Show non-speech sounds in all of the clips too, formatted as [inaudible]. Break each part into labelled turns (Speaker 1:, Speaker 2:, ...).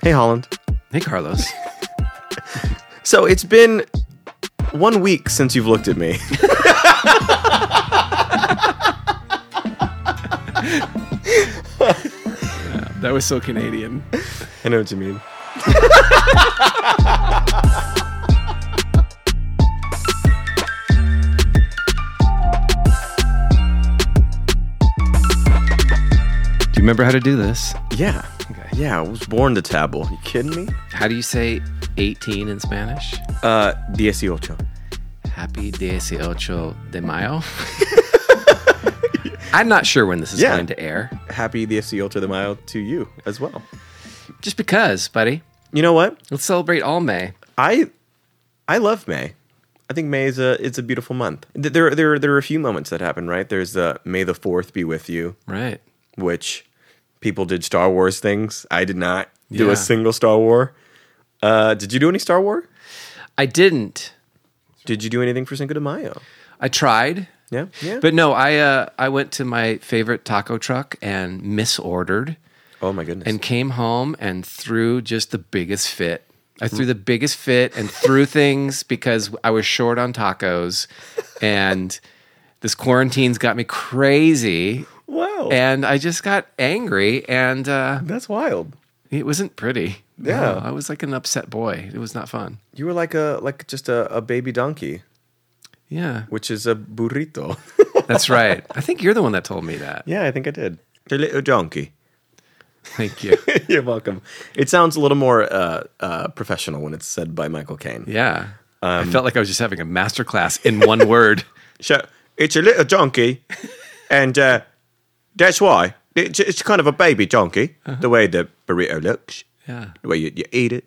Speaker 1: Hey, Holland.
Speaker 2: Hey, Carlos.
Speaker 1: So it's been one week since you've looked at me.
Speaker 2: [laughs] that was so Canadian.
Speaker 1: [laughs] I know what you mean.
Speaker 2: Do you remember how to do this?
Speaker 1: Yeah.
Speaker 2: Okay.
Speaker 1: Yeah, I was born to table. You kidding me?
Speaker 2: How do you say 18 in Spanish?
Speaker 1: Uh, 18.
Speaker 2: Happy 18 de Mayo. [laughs] I'm not sure when this is
Speaker 1: Yeah.
Speaker 2: going to air.
Speaker 1: Happy E 18 de Mayo to you as well.
Speaker 2: Just because, buddy.
Speaker 1: You know what?
Speaker 2: Let's celebrate all May.
Speaker 1: I I love May. I think May is a it's a beautiful month. Th- There there there are a few moments that happen, right? There's the May the 4th be with you,
Speaker 2: Right.
Speaker 1: which people did Star Wars things. I did not do
Speaker 2: Yeah.
Speaker 1: a single Star War. Uh, did you do any Star War?
Speaker 2: I didn't.
Speaker 1: Did you do anything for Cinco de Mayo?
Speaker 2: I tried.
Speaker 1: Yeah. Yeah.
Speaker 2: But no, I uh, I went to my favorite taco truck and misordered.
Speaker 1: oh my goodness.
Speaker 2: and came home and threw just the biggest fit. I threw the biggest fit and threw things because I was short on tacos and this quarantine's got me crazy
Speaker 1: wow.
Speaker 2: and I just got angry and uh,
Speaker 1: That's wild.
Speaker 2: it wasn't pretty.
Speaker 1: Yeah.
Speaker 2: No, I was like an upset boy. It was not fun.
Speaker 1: You were like a like just a, a baby donkey,
Speaker 2: Yeah.
Speaker 1: which is a burrito.
Speaker 2: That's right. I think you're the one that told me that.
Speaker 1: [laughs] yeah, I think I did. [laughs] A little donkey.
Speaker 2: Thank you.
Speaker 1: [laughs] You're welcome. It sounds a little more uh, uh, professional when it's said by Michael Caine.
Speaker 2: Yeah. I felt like I was just having a masterclass in one word.
Speaker 1: So it's a little [laughs] donkey, and uh, that's why it's, it's kind of a baby donkey.
Speaker 2: Uh-huh.
Speaker 1: The way the burrito looks,
Speaker 2: Yeah.
Speaker 1: the way you, you eat it.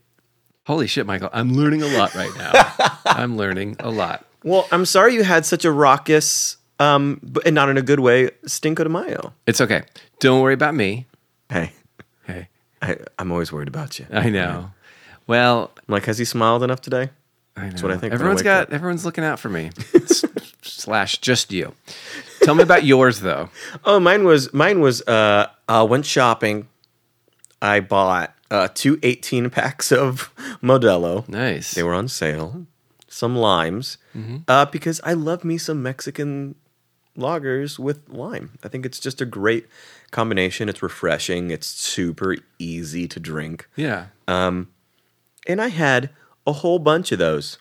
Speaker 2: Holy shit, Michael. I'm learning a lot right now. I'm learning a lot.
Speaker 1: Well, I'm sorry you had such a raucous, um, but, and not in a good way, Stinko de Mayo.
Speaker 2: It's okay. Don't worry about me.
Speaker 1: Hey,
Speaker 2: Hey,
Speaker 1: I, I'm always worried about you. I'm
Speaker 2: I know. Well,
Speaker 1: like, has he smiled enough today?
Speaker 2: I know.
Speaker 1: That's what I think when I
Speaker 2: Everyone's
Speaker 1: wake
Speaker 2: got. Everyone's looking out for [laughs] me. S- slash, just you. Tell me about yours though.
Speaker 1: Oh, mine was mine was uh, I went shopping. I bought uh, two 18 packs of Modelo.
Speaker 2: Nice.
Speaker 1: They were on sale. Some limes, uh, because I love me some Mexican lagers with lime. I think it's just a great combination. It's refreshing. It's super easy to drink,
Speaker 2: yeah.
Speaker 1: and I had a whole bunch of those.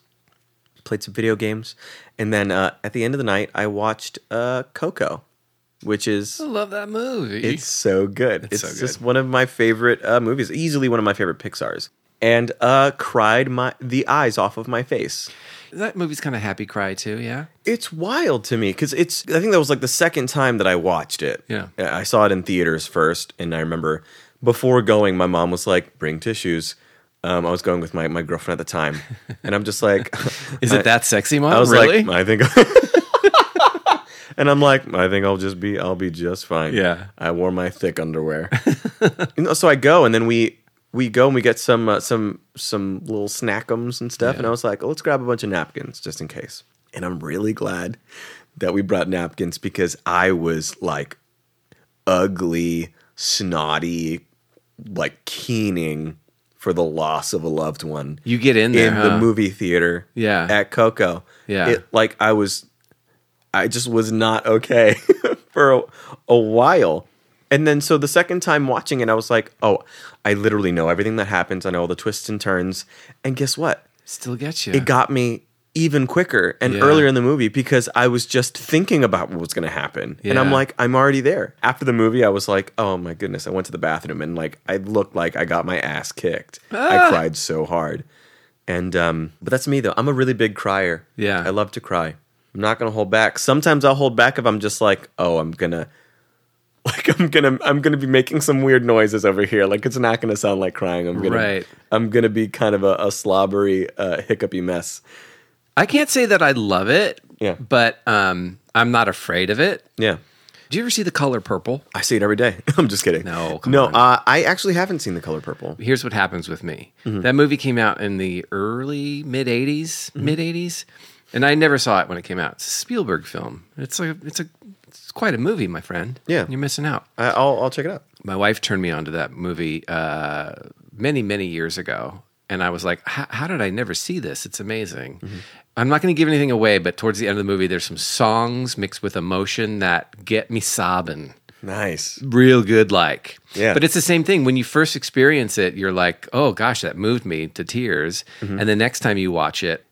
Speaker 1: Played some video games, and then uh, at the end of the night, I watched uh, Coco, which is
Speaker 2: I love that movie.
Speaker 1: it's so good. It's,
Speaker 2: Oh. so good.
Speaker 1: just one of my favorite uh, movies, easily one of my favorite Pixar's. And uh, cried my the eyes off of my face.
Speaker 2: that movie's kind of happy cry too. Yeah.
Speaker 1: It's wild to me because it's. I think that was like the second time that I watched it.
Speaker 2: Yeah.
Speaker 1: I saw it in theaters first, and I remember before going, my mom was like, "Bring tissues." Um, I was going with my, my girlfriend at the
Speaker 2: [laughs]
Speaker 1: time, and I'm just like,
Speaker 2: Is it that sexy, Mom?
Speaker 1: I was
Speaker 2: really?
Speaker 1: like, I think. [laughs] and I'm like, I think I'll just be, I'll be just fine.
Speaker 2: Yeah.
Speaker 1: I wore my thick underwear. [laughs] you know, so I go, and then we we go and we get some uh, some some little snackums and stuff. And I was like, oh, let's grab a bunch of napkins just in case. And I'm really glad that we brought napkins because I was like ugly, snotty, like keening for the loss of a loved one
Speaker 2: you get in there.
Speaker 1: in
Speaker 2: huh?
Speaker 1: the movie theater
Speaker 2: Yeah.
Speaker 1: at Coco.
Speaker 2: Yeah.
Speaker 1: It, like I was I just was not okay [laughs] for a, a while. And then so the second time watching it I was like, "Oh, I literally know everything that happens. I know all the twists and turns." And guess what?
Speaker 2: Still get you.
Speaker 1: It got me even quicker and
Speaker 2: Yeah.
Speaker 1: earlier in the movie because I was just thinking about what was going to happen. And I'm
Speaker 2: Yeah.
Speaker 1: like, I'm already there. After the movie, I was like, oh my goodness, I went to the bathroom and like I looked like I got my ass kicked.
Speaker 2: Ah.
Speaker 1: I cried so hard. And um but that's me though. I'm a really big crier.
Speaker 2: Yeah.
Speaker 1: I love to cry. I'm not going to hold back. Sometimes I'll hold back if I'm just like, oh, I'm going to [laughs] like I'm gonna I'm gonna be making some weird noises over here. Like it's not gonna sound like crying. I'm gonna
Speaker 2: Right.
Speaker 1: I'm gonna be kind of a, a slobbery, uh, hiccupy mess.
Speaker 2: I can't say that I love it.
Speaker 1: Yeah.
Speaker 2: But um, I'm not afraid of it.
Speaker 1: Yeah,
Speaker 2: Do you ever see the color purple?
Speaker 1: I see it every day. [laughs] I'm just kidding.
Speaker 2: No, come
Speaker 1: no.
Speaker 2: on.
Speaker 1: Uh, I actually haven't seen the color purple.
Speaker 2: here's what happens with me. That movie came out in the early mid '80s, mid '80s, and I never saw it when it came out. It's a Spielberg film. It's like it's a it's quite a movie, my friend.
Speaker 1: Yeah.
Speaker 2: you're missing out.
Speaker 1: I, I'll I'll check it out.
Speaker 2: My wife turned me on to that movie uh, many, many years ago. And I was like, how did I never see this? It's amazing. I'm not going to give anything away, but towards the end of the movie, there's some songs mixed with emotion that get me sobbing
Speaker 1: Nice.
Speaker 2: real good like
Speaker 1: Yeah.
Speaker 2: but it's the same thing when you first experience it you're like oh gosh that moved me to tears
Speaker 1: Mm-hmm.
Speaker 2: and the next time you watch it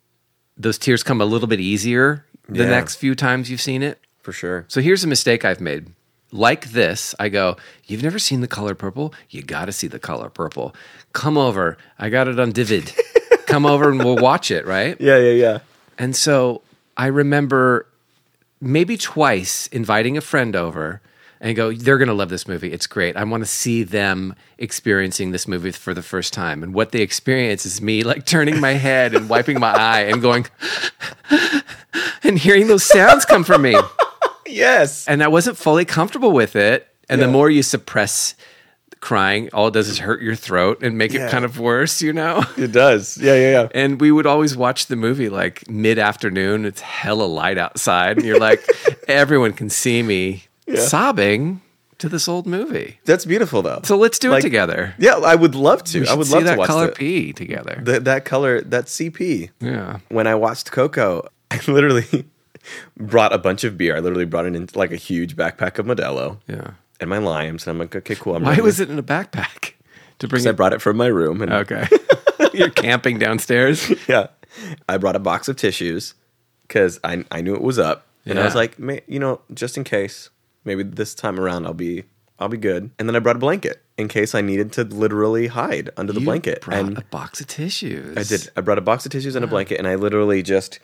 Speaker 2: those tears come a little bit easier the
Speaker 1: Yeah.
Speaker 2: next few times you've seen it
Speaker 1: For sure.
Speaker 2: so here's a mistake i've made like this i go you've never seen the color purple you gotta see the color purple come over i got it on
Speaker 1: [laughs]
Speaker 2: divid come over and we'll watch it right
Speaker 1: Yeah, yeah, yeah.
Speaker 2: and so I remember maybe twice inviting a friend over and go, they're going to love this movie. It's great. I want to see them experiencing this movie for the first time. And what they experience is me like turning my head and wiping my eye and going, [laughs] and hearing those sounds come from me.
Speaker 1: Yes.
Speaker 2: And I wasn't fully comfortable with it. And the more you suppress crying, all it does is hurt your throat and make
Speaker 1: Yeah.
Speaker 2: it kind of worse, you know?
Speaker 1: It does. Yeah, yeah, yeah.
Speaker 2: And we would always watch the movie like mid afternoon. It's hella light outside. And
Speaker 1: [laughs]
Speaker 2: you're like, everyone can see me sobbing to this old movie.
Speaker 1: That's beautiful though.
Speaker 2: So let's do
Speaker 1: Like-
Speaker 2: it together.
Speaker 1: Yeah, I would love to.
Speaker 2: We
Speaker 1: I
Speaker 2: should
Speaker 1: would
Speaker 2: see
Speaker 1: love
Speaker 2: that
Speaker 1: to watch
Speaker 2: color
Speaker 1: that.
Speaker 2: P together.
Speaker 1: Th- that color, that CP.
Speaker 2: yeah.
Speaker 1: When I watched Coco, [laughs] I literally brought a bunch of beer. I literally brought it in like a huge backpack of Modelo
Speaker 2: Yeah.
Speaker 1: and my limes. And I'm like, okay, cool. I'm
Speaker 2: Why
Speaker 1: ready.
Speaker 2: was it in a backpack to bring
Speaker 1: I
Speaker 2: it?
Speaker 1: brought it from my room. And [laughs]
Speaker 2: Okay. [laughs] you're camping downstairs.
Speaker 1: yeah, I brought a box of tissues because I, I knew it was up. And I
Speaker 2: Yeah.
Speaker 1: was like, "Ma- you know, just in case, maybe this time around I'll be I'll be good. And then I brought a blanket in case I needed to literally hide under the
Speaker 2: You
Speaker 1: blanket.
Speaker 2: Brought
Speaker 1: and
Speaker 2: a box of tissues.
Speaker 1: I did. I brought a box of tissues and a blanket, and I literally just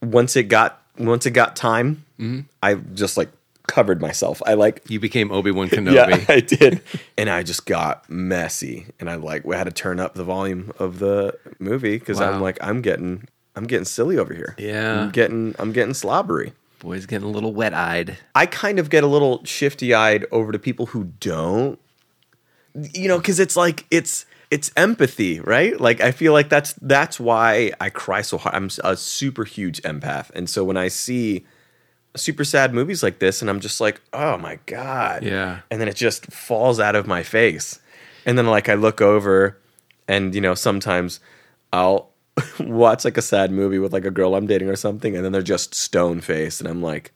Speaker 1: once it got once it got time,
Speaker 2: Mm-hmm.
Speaker 1: I just like covered myself. I like
Speaker 2: You became Obi Wan
Speaker 1: [laughs] yeah,
Speaker 2: Kenobi.
Speaker 1: I did, [laughs] and I just got messy, and I like had to turn up the volume of the movie because I'm
Speaker 2: Wow.
Speaker 1: like I'm getting I'm getting silly over here.
Speaker 2: Yeah.
Speaker 1: I'm getting I'm getting slobbery.
Speaker 2: Boy's getting a little wet eyed.
Speaker 1: I kind of get a little shifty eyed over to people who don't, you know, because it's like it's it's empathy, right? Like I feel like that's that's why I cry so hard. I'm a super huge empath, and so when I see super sad movies like this, and I'm just like, oh my god,
Speaker 2: Yeah.
Speaker 1: and then it just falls out of my face, and then like I look over, and you know, sometimes I'll. [laughs] Watch like a sad movie with like a girl I'm dating or something, and then they're just stone faced, and I'm like,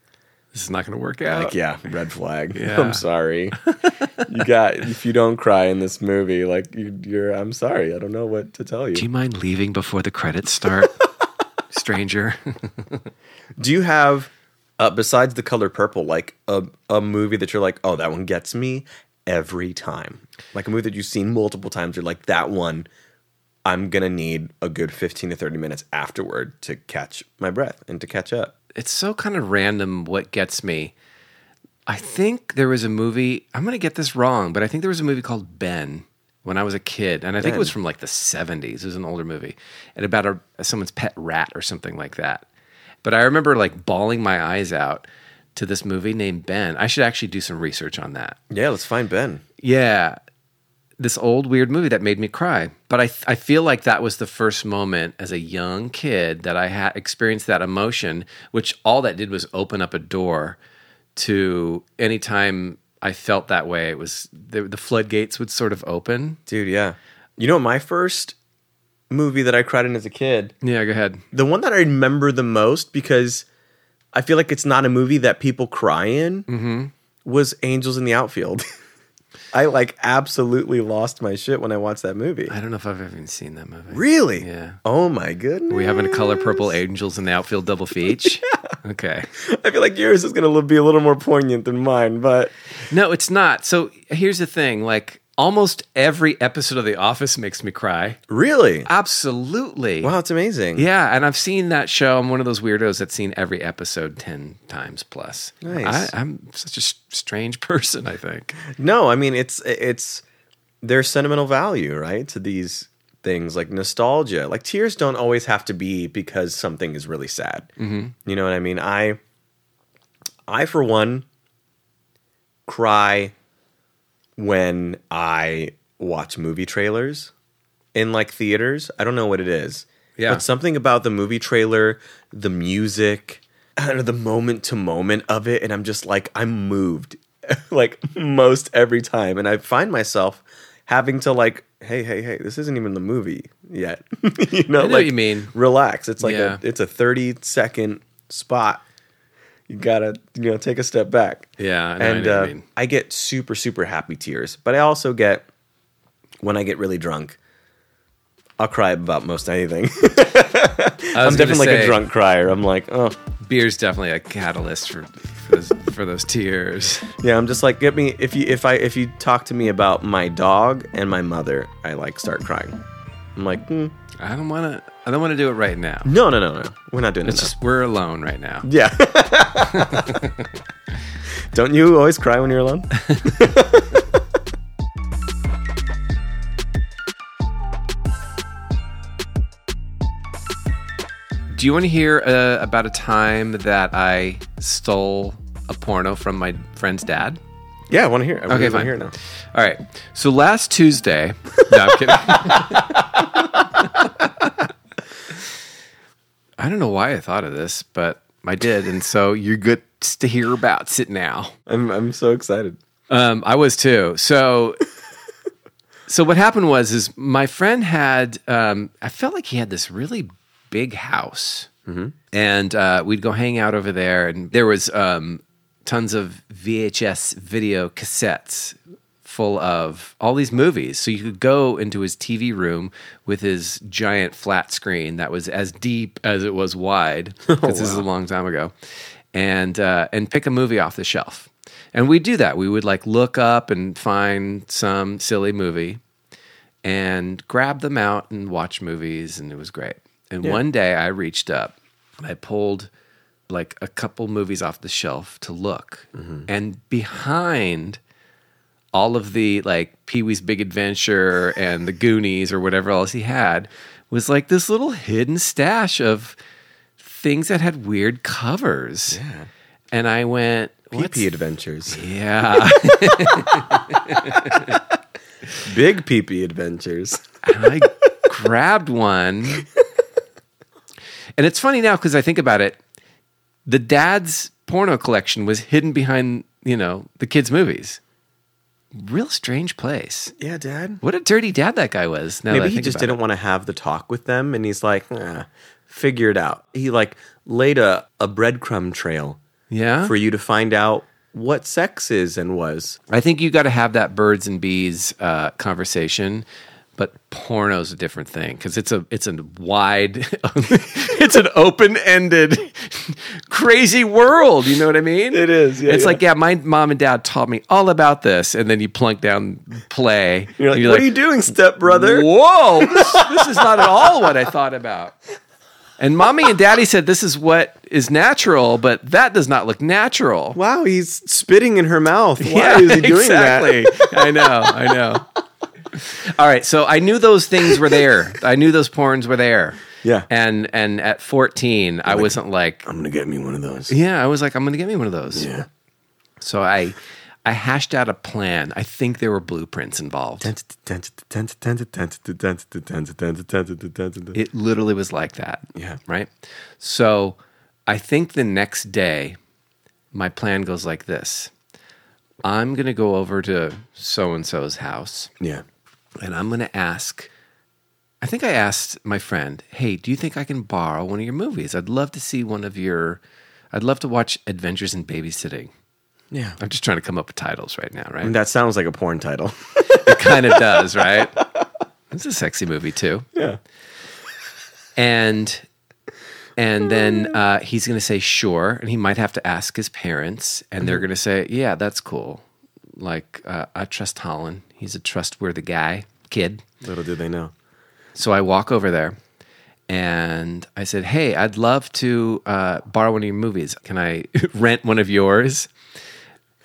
Speaker 2: This is not going to work out.
Speaker 1: like, yeah, red flag. [laughs]
Speaker 2: Yeah.
Speaker 1: I'm sorry. you got if you don't cry in this movie, like you, you're. I'm sorry. I don't know what to tell you.
Speaker 2: Do you mind leaving before the
Speaker 1: [laughs]
Speaker 2: credits start, stranger?
Speaker 1: Do you have uh, besides the color purple, like a a movie that you're like, oh, that one gets me every time. Like a movie that you've seen multiple times. You're like that one. I'm gonna need a good 15 to 30 minutes afterward to catch my breath and to catch up.
Speaker 2: it's so kind of random what gets me. I think there was a movie, I'm going to get this wrong, but I think there was a movie called Ben when I was a kid. And I think it was
Speaker 1: Ben.
Speaker 2: from like the 70s. It was an older movie and about a, someone's pet rat or something like that. But I remember like bawling my eyes out to this movie named Ben. I should actually do some research on that.
Speaker 1: Yeah, let's find Ben.
Speaker 2: Yeah. This old weird movie that made me cry. But I, I feel like that was the first moment as a young kid that I had experienced that emotion, which all that did was open up a door to any time I felt that way. It was the, the floodgates would sort of open.
Speaker 1: Dude, yeah. You know my first movie that I cried in as a kid
Speaker 2: Yeah, go ahead.
Speaker 1: the one that I remember the most because I feel like it's not a movie that people cry in was Angels in the Outfield. [laughs] I like absolutely lost my shit when I watched that movie.
Speaker 2: I don't know if I've ever even seen that movie.
Speaker 1: Really?
Speaker 2: Yeah.
Speaker 1: Oh my goodness.
Speaker 2: We having a color purple angels in the outfield [laughs] double feature. Okay.
Speaker 1: [laughs] I feel like yours is going to be a little more poignant than mine, but
Speaker 2: No, it's not. So here's the thing like almost every episode of The Office makes me cry.
Speaker 1: really,
Speaker 2: Absolutely.
Speaker 1: wow, it's amazing.
Speaker 2: Yeah, and I've seen that show. I'm one of those weirdos that's seen every episode 10 times plus.
Speaker 1: Nice.
Speaker 2: I, I'm such a s- strange [laughs] person, I think.
Speaker 1: No, I mean it's it's there's sentimental value, right, to these things like nostalgia. Like tears don't always have to be because something is really sad.
Speaker 2: Mm-hmm.
Speaker 1: You know what I mean? I I for one cry when I watch movie trailers in like theaters. I don't know what it is.
Speaker 2: Yeah.
Speaker 1: But something about the movie trailer, the music, [clears throat] I don't know, the moment to moment of it. And I'm just like, I'm [laughs] moved like most every time. And I find myself having to like hey, hey, hey, this isn't even the movie yet. [laughs] you know,
Speaker 2: I know
Speaker 1: like,
Speaker 2: what you mean.
Speaker 1: Relax. It's like
Speaker 2: Yeah.
Speaker 1: a it's a thirty second spot. You gotta you know take a step back.
Speaker 2: Yeah, I know
Speaker 1: and
Speaker 2: what you
Speaker 1: uh,
Speaker 2: mean.
Speaker 1: I get super super happy tears, but I also get when I get really drunk. I'll cry about most anything. [laughs]
Speaker 2: I was
Speaker 1: I'm
Speaker 2: gonna
Speaker 1: definitely like a
Speaker 2: say,
Speaker 1: drunk crier. I'm like, oh,
Speaker 2: Beer's definitely a catalyst for for those, for those tears.
Speaker 1: Yeah, I'm just like get me if you if I if you talk to me about my dog and my mother, I like start crying. I'm like, hmm,
Speaker 2: I don't want to. I don't want to do it right now.
Speaker 1: no, no, no, no, we're not doing
Speaker 2: It's
Speaker 1: it. now.
Speaker 2: just we're alone right now.
Speaker 1: yeah. [laughs] Don't you always cry when you're
Speaker 2: [laughs]
Speaker 1: alone?
Speaker 2: Do you want to hear uh, about a time that I stole a porno from my friend's dad?
Speaker 1: Yeah, I want to hear. It. I really
Speaker 2: Okay,
Speaker 1: want
Speaker 2: fine.
Speaker 1: to hear it now.
Speaker 2: All right. So last Tuesday, [laughs] no, I'm kidding. I don't know why I thought of this, but I did, and so you get to hear about it now.
Speaker 1: I'm I'm so excited.
Speaker 2: Um, I was too. So, so what happened was, is my friend had, um, I felt like he had this really big house, and uh, we'd go hang out over there, and there was um, tons of VHS video cassettes full of all these movies. So you could go into his TV room with his giant flat screen that was as deep as it was wide. 'cause this is a long time ago, and uh, and pick a movie off the shelf. And we do that. We would like look up and find some silly movie and grab them out and watch movies and it was great. And one day I reached up and I pulled like a couple movies off the shelf to look. And behind all of the like Pee Wee's Big Adventure and the Goonies or whatever else he had was like this little hidden stash of things that had weird covers. And I went, What's
Speaker 1: PP adventures,
Speaker 2: yeah.
Speaker 1: big PP adventures.
Speaker 2: And I grabbed one. And it's funny now because I think about it. The dad's porno collection was hidden behind, you know, the kids' movies. Real strange place.
Speaker 1: Yeah, Dad.
Speaker 2: What a dirty dad that guy was. Now that I
Speaker 1: Maybe he
Speaker 2: think
Speaker 1: just
Speaker 2: about
Speaker 1: didn't want to have the talk with them, and he's like, "Nah, figure it out. He like laid a a breadcrumb trail
Speaker 2: it. Yeah.
Speaker 1: for you to find out what sex is and was.
Speaker 2: I think you got to have that birds and bees uh, conversation, but porno's a different thing because it's a it's a wide, [laughs] it's an open ended, [laughs] crazy world. You know what I mean?
Speaker 1: It is, yeah,
Speaker 2: it's
Speaker 1: yeah.
Speaker 2: like yeah, my mom and dad taught me all about this, and then you plunk down play.
Speaker 1: [laughs] You're like,
Speaker 2: and
Speaker 1: what are you doing, step brother?
Speaker 2: Whoa, this, this is not at all what I thought about. And mommy and daddy said this is what is natural, but that does not look natural.
Speaker 1: Wow, he's spitting in her mouth. Why is he doing
Speaker 2: exactly. I know, I know. All right, so I knew those things were there. I knew those porns were there.
Speaker 1: Yeah.
Speaker 2: And and at 14, I wasn't like,
Speaker 1: I'm gonna get me one of those.
Speaker 2: yeah, I was like, I'm going to get me one of those.
Speaker 1: Yeah.
Speaker 2: So I I hashed out a plan. I think there were blueprints involved. It literally was like that.
Speaker 1: Yeah.
Speaker 2: Right? So I think the next day my plan goes like this. I'm going to go over to so and so's house.
Speaker 1: Yeah.
Speaker 2: and I'm going to ask. I think I asked my friend, "Hey, do you think I can borrow one of your movies? I'd love to see one of your. I'd love to watch Adventures in Babysitting.
Speaker 1: Yeah.
Speaker 2: I'm just trying to come up with titles right now, right?
Speaker 1: That sounds like a porn title.
Speaker 2: it kind of does, right? It's a sexy movie too,
Speaker 1: yeah.
Speaker 2: and and then uh, he's going to say sure, and he might have to ask his parents, and they're going to say, "Yeah, that's cool. Like uh, I trust Holland. He's a trustworthy guy, kid."
Speaker 1: Little did they know.
Speaker 2: So I walk over there and I said, Hey, I'd love to uh, borrow one of your movies. Can I [laughs] rent one of yours?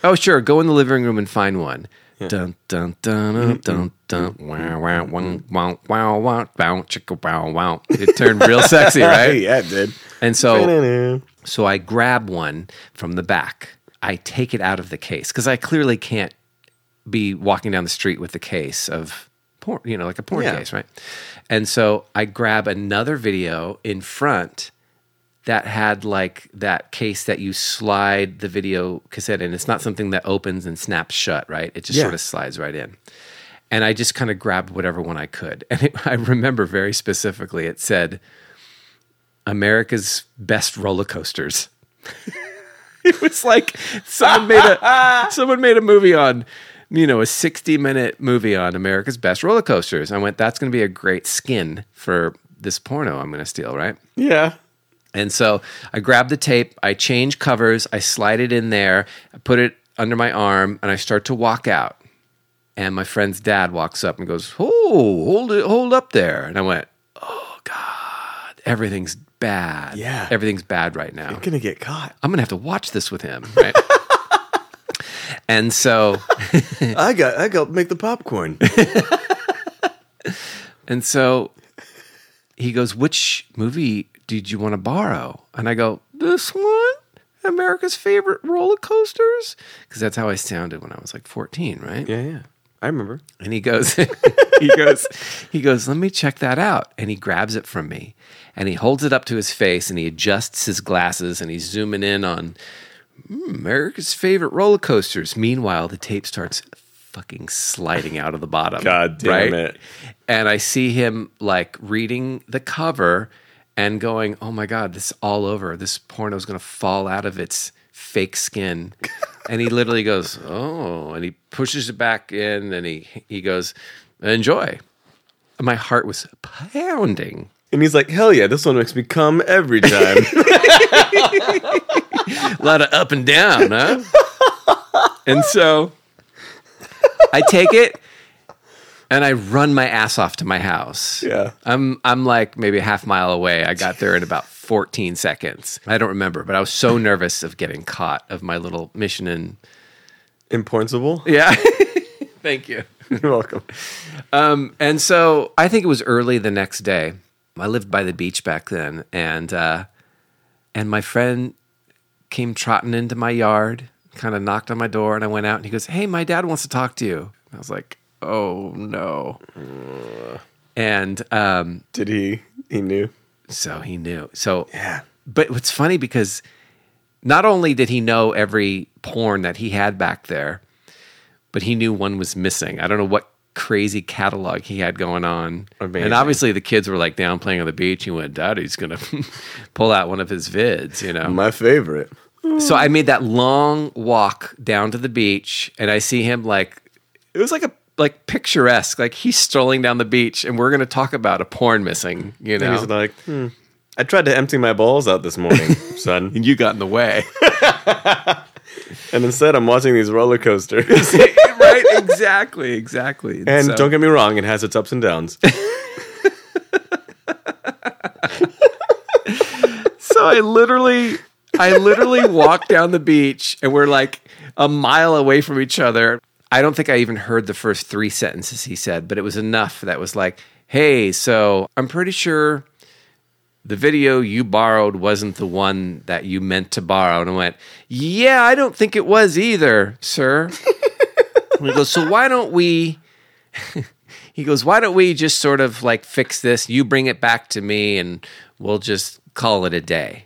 Speaker 2: Oh, sure. Go in the living room and find one. Dun dun dun dun dun dun wow wow wow wow wow wow wow chicka wow wow. It turned real sexy,
Speaker 1: Hey,
Speaker 2: right?
Speaker 1: yeah, it did.
Speaker 2: And
Speaker 1: Oh.
Speaker 2: so
Speaker 1: Da-da-da.
Speaker 2: so I grab one from the back. I take it out of the case because I clearly can't be walking down the street with the case of porn, you know, like a porn
Speaker 1: Yeah.
Speaker 2: case, right? And so I grab another video in front that had like that case that you slide the video cassette in. It's not something that opens and snaps shut, right? It just
Speaker 1: Yeah.
Speaker 2: sort of slides right in. And I just kind of grabbed whatever one I could. [laughs] And it, I remember very specifically it said, America's best roller coasters. [laughs] it was like someone made a someone made a movie on you know a 60 minute movie on America's best roller coasters. I went that's going to be a great skin for this porno I'm going to steal, right?
Speaker 1: Yeah.
Speaker 2: And so I grabbed the tape, I change covers, I slide it in there, I put it under my arm, and I start to walk out. And my friend's dad walks up and goes, "Oh, hold it, hold up there." And I went, "Oh God, everything's bad.
Speaker 1: Yeah.
Speaker 2: everything's bad right now.
Speaker 1: Gonna get caught.
Speaker 2: I'm gonna have to watch this with him." Right. and so,
Speaker 1: I got I got make the popcorn.
Speaker 2: and so, he goes, "Which movie did you want to borrow?" And I go, "This one." America's favorite roller coasters? Because that's how I sounded when I was like 14,
Speaker 1: [laughs]
Speaker 2: right?
Speaker 1: yeah, yeah. I remember.
Speaker 2: And he goes, [laughs] he goes, he goes, let me check that out. And he grabs it from me and he holds it up to his face and he adjusts his glasses and he's zooming in on "Mm, America's favorite roller coasters. Meanwhile, the tape starts fucking sliding out of the
Speaker 1: [laughs]
Speaker 2: bottom.
Speaker 1: God damn it.
Speaker 2: And I see him like reading the cover and going, oh my God, this is all over. This porno's going to fall out of its
Speaker 1: [laughs]
Speaker 2: fake skin. and he literally goes, oh, and he pushes it back in and he, he goes, enjoy. And my heart was pounding.
Speaker 1: [laughs] And he's like, hell yeah, this one makes me come every [laughs] time.
Speaker 2: A lot of up and down, huh? and so I take it and I run my ass off to my house.
Speaker 1: Yeah.
Speaker 2: I'm I'm like maybe a half mile away. I got there in about 14 seconds. I don't remember, but I was so nervous of getting caught of my little mission in
Speaker 1: Impossible.
Speaker 2: Yeah. [laughs] Thank you.
Speaker 1: [laughs] You're welcome.
Speaker 2: Um, and so I think it was early the next day. I lived by the beach back then, and uh, and my friend came trotting into my yard, kind of knocked on my door, and I went out, and he goes, "Hey, my dad wants to talk to you." I was like, "Oh no!" And um,
Speaker 1: Did he? He knew.
Speaker 2: so he knew. So
Speaker 1: Yeah.
Speaker 2: but what's funny because not only did he know every porn that he had back there, but he knew one was missing. I don't know what crazy catalog he had going on.
Speaker 1: Amazing.
Speaker 2: And obviously the kids were like down playing on the beach. He went, Daddy's gonna [laughs] pull out one of his vids, you know.
Speaker 1: My favorite.
Speaker 2: So I made that long walk down to the beach, and I see him like it was like a like picturesque, like he's strolling down the beach, and we're gonna talk about a porn missing, you know.
Speaker 1: And he's like, hmm. I tried to empty my balls out this [laughs] morning, son.
Speaker 2: and you got in the way.
Speaker 1: And instead, I'm watching these roller [laughs] coasters.
Speaker 2: right? Exactly, exactly.
Speaker 1: And
Speaker 2: so-
Speaker 1: don't get me wrong, it has its ups and [laughs] downs.
Speaker 2: so I literally, I literally walked down the beach, and we're like a mile away from each other. I don't think I even heard the first three sentences he said, but it was enough that was like, "Hey, so I'm pretty sure the video you borrowed wasn't the one that you meant to borrow." And I went, "Yeah, I don't think it was either, sir." [laughs] And he goes, "So why don't we?" [laughs] he goes, "Why don't we just sort of like fix this? You bring it back to me, and we'll just call it a day."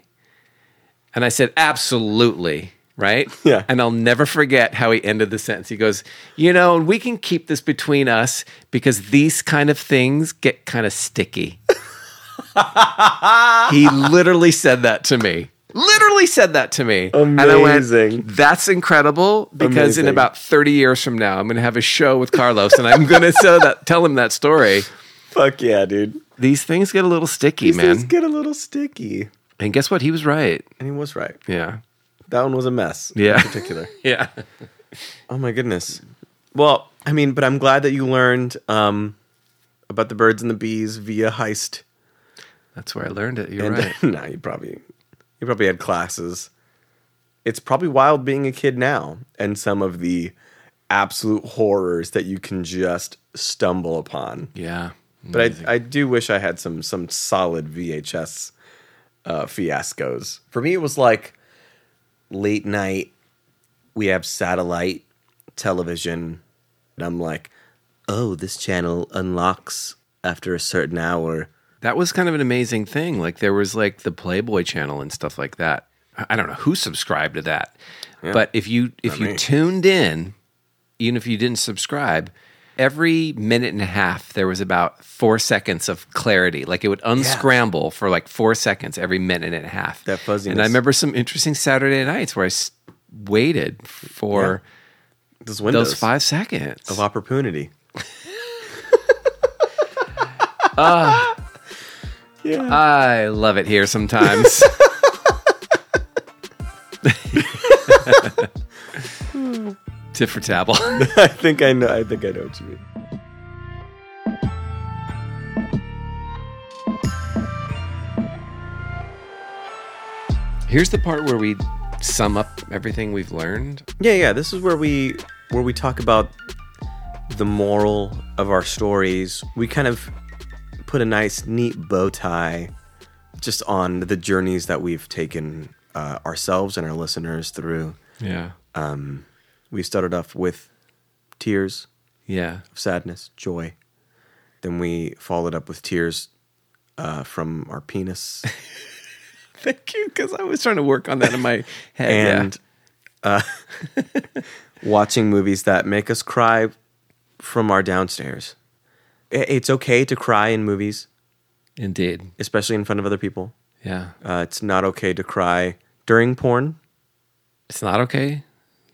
Speaker 2: And I said, "Absolutely." Right?
Speaker 1: Yeah.
Speaker 2: And I'll never forget how he ended the sentence. He goes, You know, and we can keep this between us because these kind of things get kind of sticky. he literally said that to me. Literally said that to me. And I
Speaker 1: Amazing.
Speaker 2: went, that's incredible because
Speaker 1: Amazing.
Speaker 2: in about 30 years from now, I'm going to have a show with Carlos and I'm going to tell, that, tell him that story.
Speaker 1: Fuck yeah, dude.
Speaker 2: These things get a little sticky,
Speaker 1: These things
Speaker 2: man.
Speaker 1: get a little sticky.
Speaker 2: And guess what? He was right.
Speaker 1: And he was right.
Speaker 2: Yeah.
Speaker 1: That one was a mess.
Speaker 2: Yeah.
Speaker 1: In particular.
Speaker 2: Yeah.
Speaker 1: Oh my goodness. Well, I mean, but I'm glad that you learned um, about the birds and the bees via heist.
Speaker 2: That's where I learned it. You're
Speaker 1: And [laughs]
Speaker 2: right.
Speaker 1: nah, you probably you probably had classes. It's probably wild being a kid now and some of the absolute horrors that you can just stumble upon.
Speaker 2: Yeah.
Speaker 1: But I, I do wish I had some some solid VHS uh, fiascos. For me, it was like late night. We have satellite television, and I'm like, oh, this channel unlocks after a certain hour.
Speaker 2: That was kind of an amazing thing. Like there was like the Playboy channel and stuff like that. I- I don't know who subscribed to that. But if you if you tuned in, even if you didn't subscribe, every minute and a half there was about four seconds of clarity. Like it would unscramble for like four seconds every minute and a half.
Speaker 1: That
Speaker 2: And I
Speaker 1: fuzziness.
Speaker 2: remember some interesting Saturday nights where I s- waited for
Speaker 1: Those windows
Speaker 2: those five seconds.
Speaker 1: of opportunity. [laughs] yeah.
Speaker 2: I love it here [laughs] sometimes. Tit for tabble.
Speaker 1: I think I know. I think I know what you mean.
Speaker 2: Here's the part where we sum up everything we've learned.
Speaker 1: Yeah, yeah. This is where we where we talk about the moral of our stories. We kind of put a nice, neat bow tie just on the journeys that we've taken uh, ourselves and our listeners through.
Speaker 2: Yeah.
Speaker 1: We started off with tears
Speaker 2: Yeah.
Speaker 1: of sadness, joy. Then we followed up with tears uh, from our penis.
Speaker 2: Thank you, because I was trying to work on that in my head.
Speaker 1: and uh, [laughs] watching movies that make us cry from our downstairs. I- It's okay to cry in movies,
Speaker 2: yeah. indeed.
Speaker 1: especially in front of other people.
Speaker 2: Yeah.
Speaker 1: Uh, it's not okay to cry during porn.
Speaker 2: It's not okay.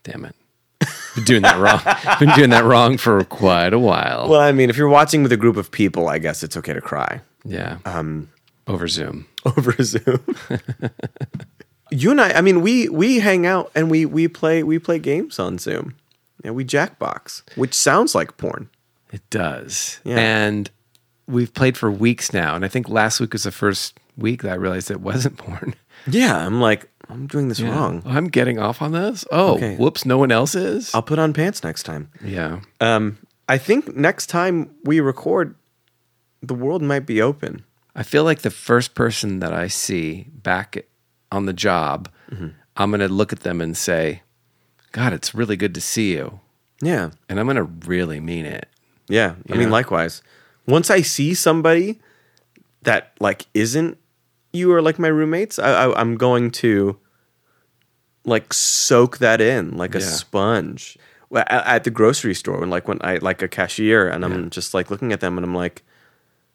Speaker 2: Damn it. Been doing that [laughs] wrong. Been doing that wrong for quite a while.
Speaker 1: Well, I mean, if you're watching with a group of people, I guess it's okay to cry [laughs]
Speaker 2: yeah. Um over Zoom.
Speaker 1: over Zoom. [laughs] you and I, I mean, we we hang out and we we play we play games on Zoom. And we jackbox, which sounds like porn.
Speaker 2: It does.
Speaker 1: Yeah.
Speaker 2: And we've played for weeks now. And I think last week was the first week that I realized it wasn't [laughs] porn.
Speaker 1: Yeah, I'm like, I'm doing this wrong.
Speaker 2: Oh, I'm getting off on this. Oh,
Speaker 1: Okay. Oh.
Speaker 2: whoops, no one else is.
Speaker 1: I'll put on pants next time.
Speaker 2: yeah.
Speaker 1: Um, I think next time we record, the world might be open.
Speaker 2: I feel like the first person that I see back on the job,
Speaker 1: Mm-hmm.
Speaker 2: I'm going to look at them and say, God, it's really good to see you.
Speaker 1: Yeah,
Speaker 2: And I'm going to really mean it.
Speaker 1: yeah. I mean,
Speaker 2: Yeah.
Speaker 1: likewise. Once I see somebody that like isn't you or like my roommates, I, I, I'm going to like soak that in like a
Speaker 2: Yeah.
Speaker 1: sponge. Well, a- At the grocery store, when like when I like a cashier, and I'm just like looking at them, and I'm like,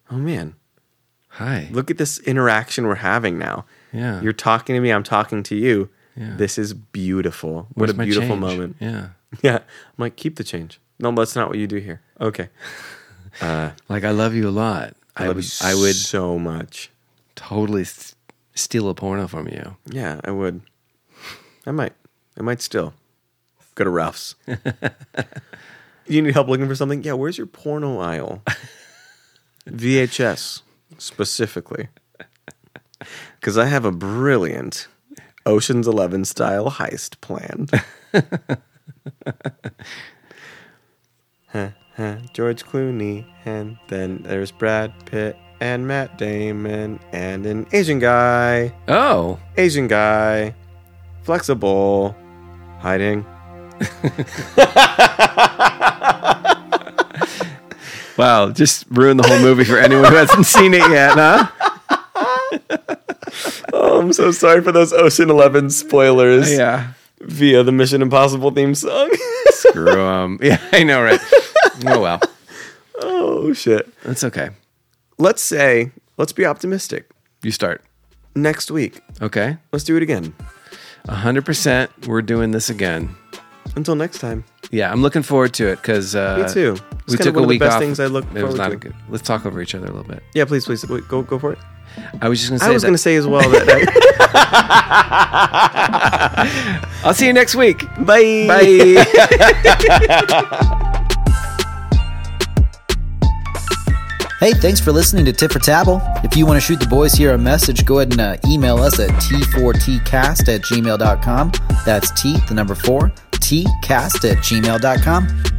Speaker 1: oh man,
Speaker 2: Hi.
Speaker 1: look at this interaction we're having now.
Speaker 2: Yeah.
Speaker 1: You're talking to me, I'm talking to you.
Speaker 2: Yeah.
Speaker 1: This is beautiful.
Speaker 2: Where's
Speaker 1: what a
Speaker 2: my
Speaker 1: beautiful
Speaker 2: change?
Speaker 1: moment. [laughs]
Speaker 2: Yeah.
Speaker 1: Yeah. I'm like, keep the change. No, that's not what you do here. Okay. Uh,
Speaker 2: Like, [laughs] I love you a lot. I,
Speaker 1: I, love
Speaker 2: would,
Speaker 1: you
Speaker 2: I would
Speaker 1: so much.
Speaker 2: totally s- steal a porno from you.
Speaker 1: Yeah, I would. I might. I might still. Go to [laughs] Ralph's. you need help looking for something? Yeah, where's your porno aisle? VHS specifically. Because I have a brilliant Ocean's Eleven style heist planned. [laughs] Huh, huh, George Clooney, and then there's Brad Pitt and Matt Damon and an Asian guy.
Speaker 2: Oh,
Speaker 1: Asian guy, flexible, hiding.
Speaker 2: wow. Just ruined the whole movie for anyone who hasn't seen it yet, huh?
Speaker 1: Oh, I'm so sorry for those Ocean Eleven spoilers
Speaker 2: [laughs] Yeah.
Speaker 1: via the Mission Impossible theme song. [laughs]
Speaker 2: Screw 'em. [laughs] Yeah, I know, right? Oh, well.
Speaker 1: oh shit.
Speaker 2: That's okay.
Speaker 1: Let's say, let's be optimistic.
Speaker 2: You start.
Speaker 1: Next week,
Speaker 2: Okay.
Speaker 1: let's do it again.
Speaker 2: 100% we're doing this again.
Speaker 1: Until next time.
Speaker 2: Yeah, I'm looking forward to it because uh,
Speaker 1: Me too. It's
Speaker 2: we
Speaker 1: kinda
Speaker 2: took
Speaker 1: one of
Speaker 2: a
Speaker 1: the
Speaker 2: week
Speaker 1: best
Speaker 2: off.
Speaker 1: things I look
Speaker 2: It was
Speaker 1: forward
Speaker 2: not
Speaker 1: to.
Speaker 2: a good. Let's talk over each other a little bit.
Speaker 1: Yeah, please, please wait, go go for it.
Speaker 2: I was just gonna say.
Speaker 1: I was
Speaker 2: that-
Speaker 1: gonna say as well that uh,
Speaker 2: I'll see you
Speaker 1: [laughs]
Speaker 2: next week.
Speaker 1: I, bye
Speaker 2: Bye.
Speaker 3: Hey, thanks for listening to Tit for Tabble. If you want to shoot the boys here a message, go ahead and uh, email us at t4tcast at gmail.com. That's T, the number four, tcast at gmail.com.